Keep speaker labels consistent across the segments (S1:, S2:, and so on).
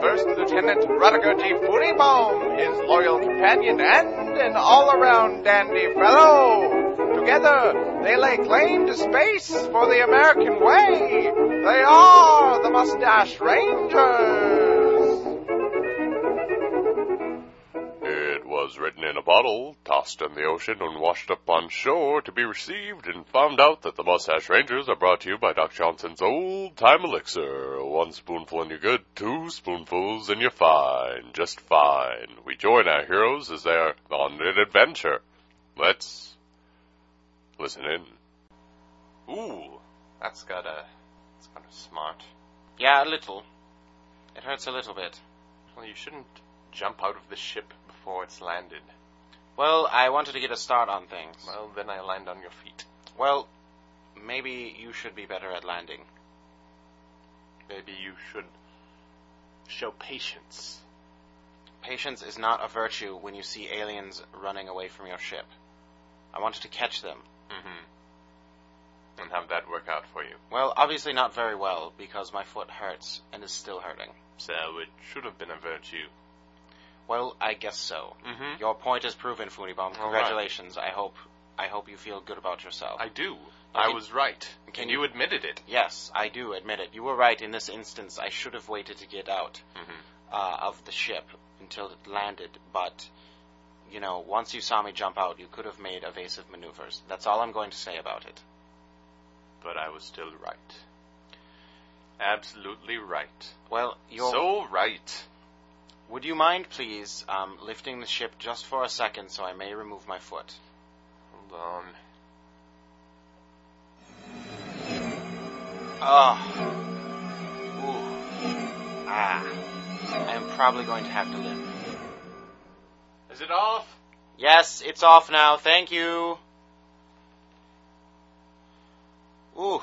S1: First Lieutenant Rutger G. Funibaum, his loyal companion and an all-around dandy fellow. Together, they lay claim to space for the American way. They are the Mustache Rangers.
S2: It was written in a bottle, tossed in the ocean, and washed up on shore to be received and found out that the Mustache Rangers are brought to you by Doc Johnson's Old Time Elixir. One spoonful and you're good, two spoonfuls and you're fine, just fine. We join our heroes as they are on an adventure. Let's Listen in.
S3: Ooh, that's got a. It's kind of smart.
S4: Yeah, a little. It hurts a little bit.
S3: Well, you shouldn't jump out of the ship before it's landed.
S4: Well, I wanted to get a start on things.
S3: Well, then I land on your feet.
S4: Well, maybe you should be better at landing.
S3: Maybe you should show patience.
S4: Patience is not a virtue when you see aliens running away from your ship. I wanted to catch them.
S3: Mm-hmm. And how'd that work out for you?
S4: Well, obviously not very well, because my foot hurts and is still hurting.
S3: So it should have been a virtue.
S4: Well, I guess so.
S3: Mm-hmm.
S4: Your point is proven, Funibom. Congratulations. I hope I hope you feel good about yourself.
S3: I do. I
S4: can-
S3: was right.
S4: can
S3: and you
S4: you-
S3: admitted it.
S4: yes, I do admit it. You were right in this instance. I should have waited to get out
S3: Mm-hmm.
S4: uh, of the ship until it landed, but you know, once you saw me jump out, you could have made evasive maneuvers. That's all I'm going to say about it.
S3: But I was still right. Absolutely right.
S4: Well, your
S3: So right.
S4: Would you mind, please, um, lifting the ship just for a second so I may remove my foot?
S3: Hold on.
S4: Ah. Ooh. Ah. I am probably going to have to live.
S3: Is it off?
S4: Yes, it's off now. Thank you. Ooh.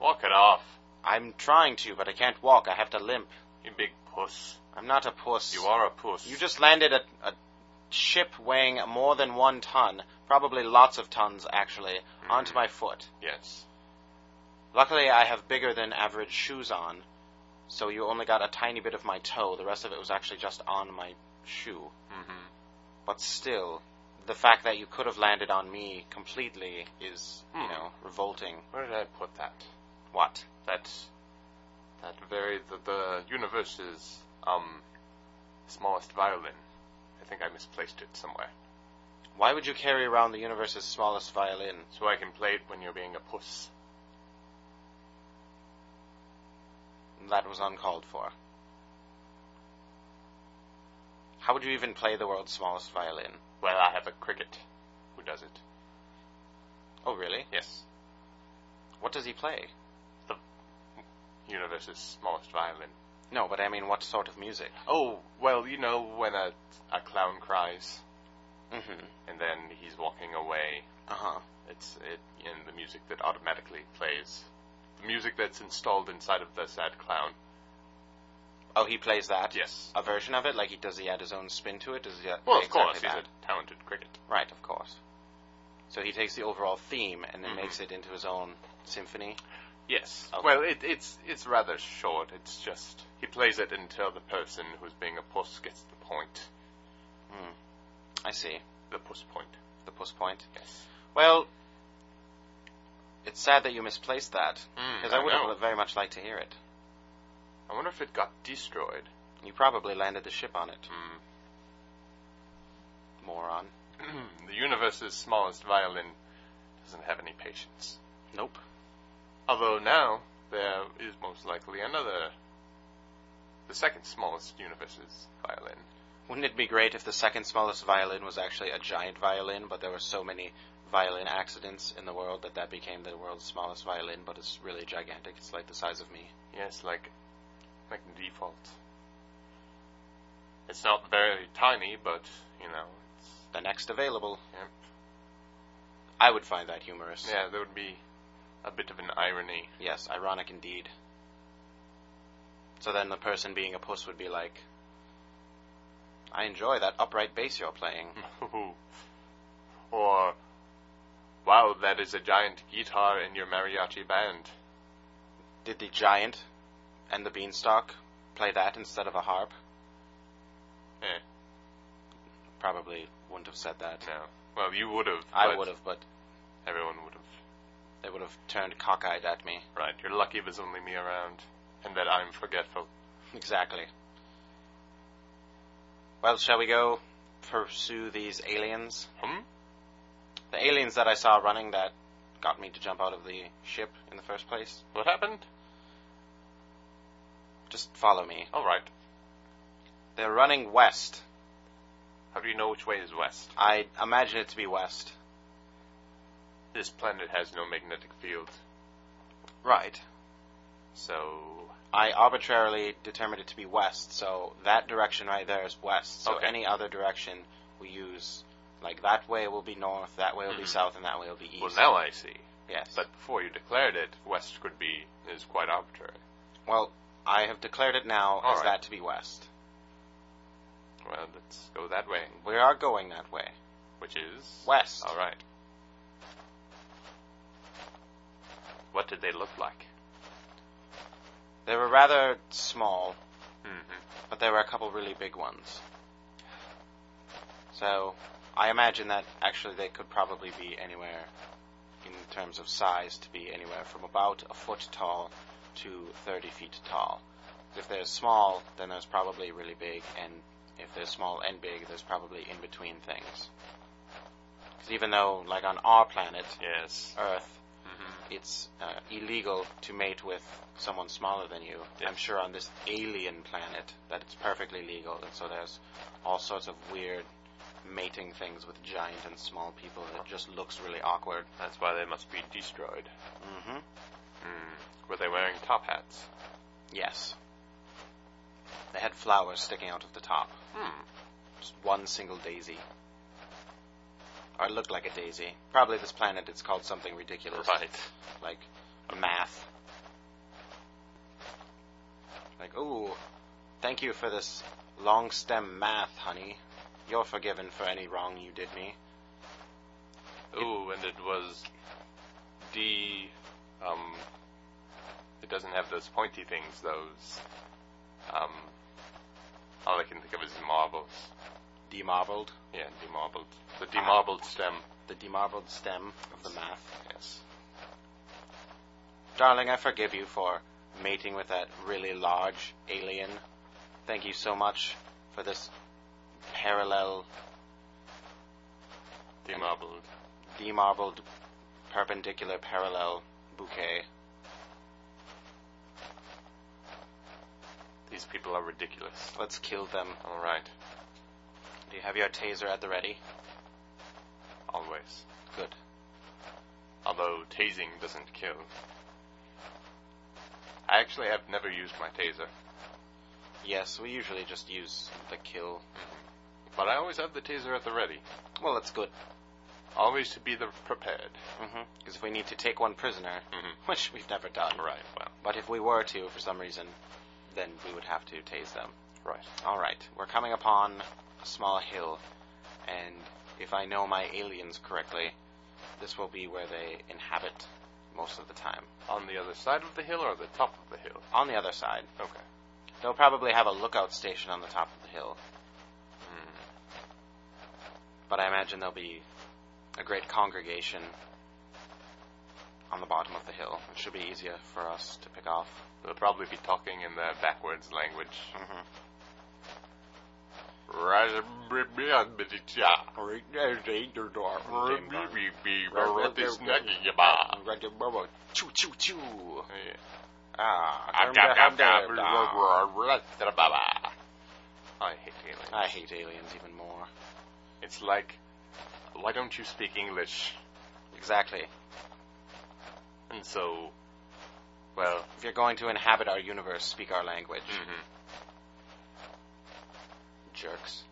S3: Walk it off.
S4: I'm trying to, but I can't walk. I have to limp.
S3: You big puss.
S4: I'm not a puss.
S3: You are a puss.
S4: You just landed a, a ship weighing more than one ton, probably lots of tons, actually,
S3: Hmm.
S4: onto my foot.
S3: Yes.
S4: Luckily, I have bigger than average shoes on, so you only got a tiny bit of my toe. The rest of it was actually just on my shoe.
S3: Mm-hmm.
S4: But still, the fact that you could have landed on me completely is, you
S3: Hmm.
S4: know, revolting.
S3: Where did I put that?
S4: What?
S3: That. That very. The, the universe's, um. smallest violin. I think I misplaced it somewhere.
S4: Why would you carry around the universe's smallest violin?
S3: So I can play it when you're being a puss.
S4: That was uncalled for. How would you even play the world's smallest violin?
S3: Well, I have a cricket who does it.
S4: Oh, really?
S3: Yes.
S4: What does he play?
S3: Universe's smallest violin.
S4: No, but I mean, what sort of music?
S3: Oh, well, you know, when a, a clown cries
S4: Mm-hmm.
S3: and then he's walking away,
S4: Uh-huh.
S3: it's it, in the music that automatically plays. The music that's installed inside of the sad clown.
S4: Oh, he plays that?
S3: Yes.
S4: a version of it? Like, he does he add his own spin to it? Does he
S3: Well, of
S4: exactly
S3: course, he's
S4: that?
S3: a talented cricket.
S4: Right, of course. So he takes the overall theme and then
S3: Mhm.
S4: makes it into his own symphony.
S3: Yes.
S4: Okay.
S3: Well, it, it's it's rather short. It's just he plays it until the person who's being a puss gets the point,
S4: I see.
S3: the puss point.
S4: The puss point.
S3: Yes.
S4: Well, it's sad that you misplaced that
S3: Mm,
S4: because
S3: I
S4: I would
S3: know.
S4: have very much liked to hear it.
S3: I wonder if it got destroyed.
S4: You probably landed the ship on it,
S3: Mm.
S4: moron.
S3: Mm. the universe's smallest violin doesn't have any patience.
S4: Nope.
S3: Although now there is most likely another, the second smallest universe's violin.
S4: Wouldn't it be great if the second smallest violin was actually a giant violin, but there were so many violin accidents in the world that that became the world's smallest violin, but it's really gigantic. It's like the size of me.
S3: Yes, like, like default. It's not very tiny, but, you know, it's,
S4: The next available.
S3: Yep.
S4: I would find that humorous.
S3: yeah, there would be a bit of an irony.
S4: Yes, ironic indeed. So then the person being a puss would be like, I enjoy that upright bass you're playing.
S3: or, wow, that is a giant guitar in your mariachi band. Hmm.
S4: Did the giant and the beanstalk play that instead of a harp?
S3: Eh,
S4: Probably wouldn't have said that.
S3: no. Well, you would have.
S4: I
S3: but
S4: would have, but
S3: Everyone would have.
S4: they would have turned cockeyed at me.
S3: Right, you're lucky there's only me around, and that I'm forgetful.
S4: Exactly. Well, shall we go pursue these aliens?
S3: Hmm?
S4: The aliens that I saw running that got me to jump out of the ship in the first place?
S3: What happened?
S4: Just follow me.
S3: All right.
S4: They're running west.
S3: How do you know which way is west?
S4: I imagine it to be west.
S3: This planet has no magnetic field,
S4: Right.
S3: so
S4: I arbitrarily determined it to be west, so that direction right there is west. So
S3: Okay.
S4: any other direction we use, like that way will be north, that way will be
S3: Mhm.
S4: south, and that way will be east.
S3: Well, now I see.
S4: yes.
S3: But before you declared it, West could be is quite arbitrary.
S4: well, I have declared it now
S3: All
S4: as
S3: right.
S4: that to be west.
S3: Well, let's go that way,
S4: We are going that way.
S3: which is
S4: West.
S3: All right. What did they look like?
S4: They were rather small,
S3: Mm-hmm.
S4: but there were a couple really big ones. So I imagine that actually they could probably be anywhere in terms of size to be anywhere from about a foot tall to 30 feet tall. If they're small, then there's probably really big, and if they're small and big, there's probably in between things. Because even though, like on our planet,
S3: Yes.
S4: Earth,
S3: Mm-hmm.
S4: it's uh, illegal to mate with someone smaller than you.
S3: Yes.
S4: I'm sure on this alien planet that it's perfectly legal, and so there's all sorts of weird mating things with giant and small people. and It just looks really awkward.
S3: That's why they must be destroyed.
S4: Mm-hmm.
S3: Mm. Were they wearing top hats?
S4: Yes. They had flowers sticking out of the top.
S3: Hmm.
S4: Just one single daisy. Or it looked like a daisy. Probably this planet it's called something ridiculous.
S3: Right.
S4: like math. Like, ooh, thank you for this long stem math, honey. You're forgiven for any wrong you did me.
S3: Ooh, and it was D. Um, it doesn't have those pointy things. Those. Um, all I can think of is marbles.
S4: Demarbled,
S3: Yeah, demarbled. The demarbled stem.
S4: the demarbled stem of the math.
S3: Yes.
S4: Darling, I forgive you for mating with that really large alien. Thank you so much for this parallel,
S3: Demarbled.
S4: demarbled, perpendicular parallel bouquet.
S3: These people are ridiculous.
S4: Let's kill them.
S3: All right.
S4: Do you have your taser at the ready?
S3: Always.
S4: Good.
S3: Although tasing doesn't kill. I actually have never used my taser,
S4: Yes, we usually just use the kill.
S3: but I always have the taser at the ready,
S4: Well, that's good.
S3: always to be the prepared.
S4: Because if we need to take one prisoner,
S3: Mhm.
S4: which we've never done,
S3: Right. Well.
S4: but if we were to, for some reason, then we would have to tase them.
S3: Right.
S4: All right, we're coming upon a small hill, and if I know my aliens correctly, this will be where they inhabit most of the time.
S3: On the other side of the hill or the top of the hill?
S4: On the other side,
S3: Okay.
S4: they'll probably have a lookout station on the top of the hill, Hmm. but I imagine there'll be a great congregation on the bottom of the hill. It should be easier for us to pick off.
S3: They'll probably be talking in their backwards language.
S4: Mm-hmm. Choo choo choo. Ah,
S3: I hate aliens.
S4: I hate aliens even more.
S3: It's like, why don't you speak English?
S4: Exactly.
S3: And so, well, mm-hmm,
S4: If you're going to inhabit our universe, speak our language.
S3: mhm.
S4: jerks.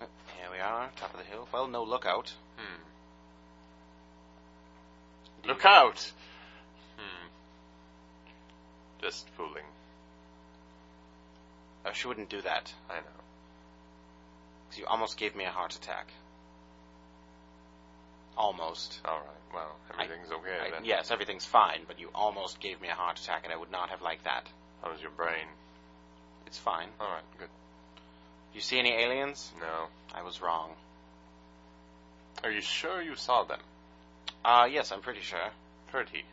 S4: Uh, Here we are, top of the hill. Well, no lookout.
S3: Hmm. Look out! Hmm. Just fooling.
S4: Uh, she wouldn't do that.
S3: I know.
S4: 'cause you almost gave me a heart attack. Almost.
S3: All right. Well, everything's okay
S4: I-
S3: then.
S4: yes, everything's fine, but you almost gave me a heart attack, and I would not have liked that.
S3: How's your brain?
S4: It's fine.
S3: All right. Good.
S4: You see any aliens?
S3: No.
S4: I was wrong.
S3: Are you sure you saw them?
S4: Uh, yes, I'm pretty sure.
S3: Pretty.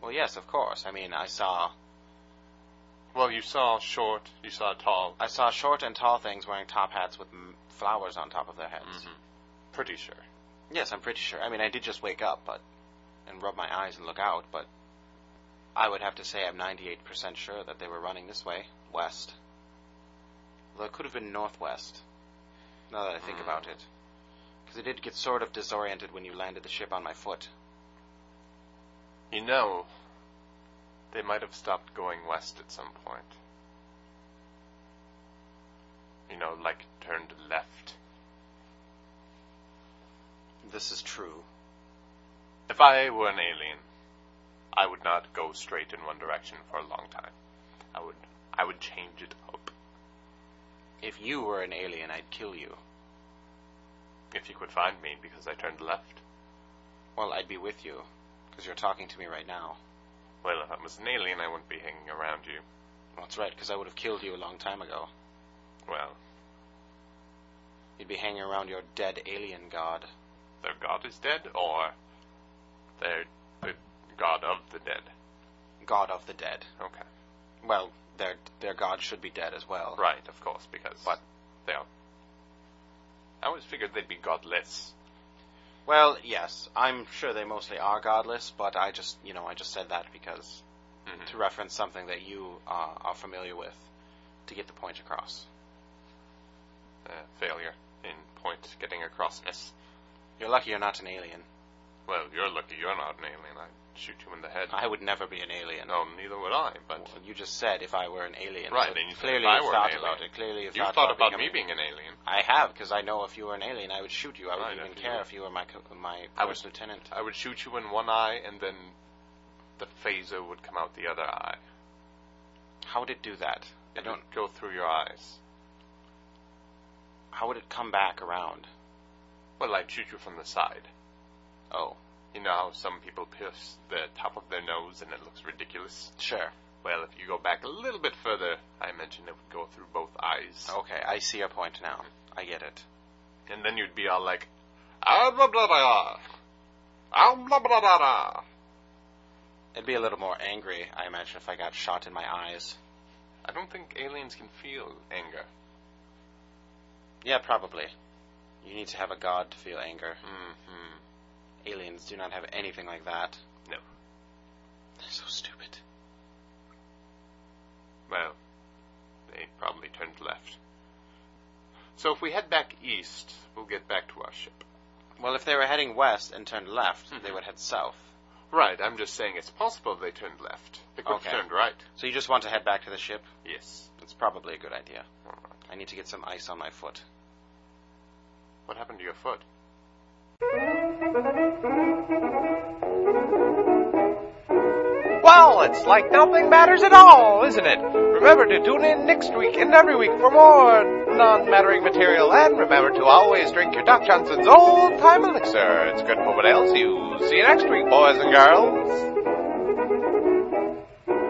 S4: Well, yes, of course. I mean, I saw
S3: Well, you saw short. You saw tall.
S4: I saw short and tall things wearing top hats with m- flowers on top of their heads.
S3: Mhm. Pretty sure.
S4: Yes, I'm pretty sure. I mean, I did just wake up, but and rub my eyes and look out, but I would have to say I'm 98% sure that they were running this way, west. Though it could have been northwest. Now that I think
S3: Hmm.
S4: about it, because I did get sort of disoriented when you landed the ship on my foot.
S3: You know, they might have stopped going west at some point. You know, like turned left.
S4: This is true.
S3: If I were an alien, I would not go straight in one direction for a long time. I would I would change it up.
S4: If you were an alien, I'd kill you.
S3: If you could find me because I turned left.
S4: Well, I'd be with you, because you're talking to me right now.
S3: Well, if I was an alien, I wouldn't be hanging around you.
S4: Well, That's right, because I would have killed you a long time ago.
S3: Well,
S4: You'd be hanging around your dead alien god.
S3: their god is dead, or they're the god of the dead.
S4: God of the dead.
S3: Okay.
S4: Well, their their god should be dead as well.
S3: Right, of course, because
S4: But-
S3: they are. I always figured they'd be godless.
S4: Well, yes, I'm sure they mostly are godless, but I just you know I just said that because
S3: Mm-hmm.
S4: to reference something that you uh, are familiar with to get the point across.
S3: Uh, failure in point getting acrossness.
S4: You're lucky you're not an alien.
S3: Well, you're lucky you're not an alien. I'd shoot you in the head.
S4: I would never be an alien.
S3: No, neither would I, but
S4: Well, You just said if I were an alien.
S3: Right,
S4: so
S3: and you said
S4: clearly
S3: if I
S4: you've
S3: were an
S4: thought
S3: alien.
S4: about it. Clearly you've
S3: you
S4: thought,
S3: thought about me
S4: becoming-
S3: being an alien.
S4: I have, because I know if you were an alien, I would shoot you. I
S3: Right,
S4: wouldn't even
S3: if you
S4: care
S3: were-
S4: if you were my co- my
S3: I
S4: first lieutenant.
S3: I would shoot you in one eye, and then the phaser would come out the other eye.
S4: How would it do that? I
S3: It
S4: don't.
S3: would go through your eyes.
S4: How would it come back around?
S3: Well, I'd shoot you from the side.
S4: Oh,
S3: You know how some people pierce the top of their nose and it looks ridiculous?
S4: sure.
S3: Well, if you go back a little bit further, I mentioned it would go through both eyes.
S4: Okay, I see your point now. I get it.
S3: And then you'd be all like, ah, blah, blah, blah. Ah, blah, blah, blah, blah.
S4: I'd be a little more angry, I imagine, if I got shot in my eyes.
S3: I don't think aliens can feel anger.
S4: Yeah, probably. You need to have a god to feel anger.
S3: hmm
S4: Aliens do not have anything like that.
S3: No.
S4: They're so stupid.
S3: Well, they probably turned left. So if we head back east, we'll get back to our ship.
S4: Well, if they were heading west and turned left, they
S3: Mhm.
S4: would head south.
S3: Right, I'm just saying it's possible they turned left. They could
S4: Okay.
S3: have turned right.
S4: So you just want to head back to the ship?
S3: Yes.
S4: It's probably a good idea.
S3: All right.
S4: I need to get some ice on my foot.
S3: What happened to your foot?
S1: Well, it's like nothing matters at all, isn't it? Remember to tune in next week and every week for more non-mattering material, and remember to always drink your Doc Johnson's Old Time Elixir. It's good for what ails you. See you next week, boys and girls.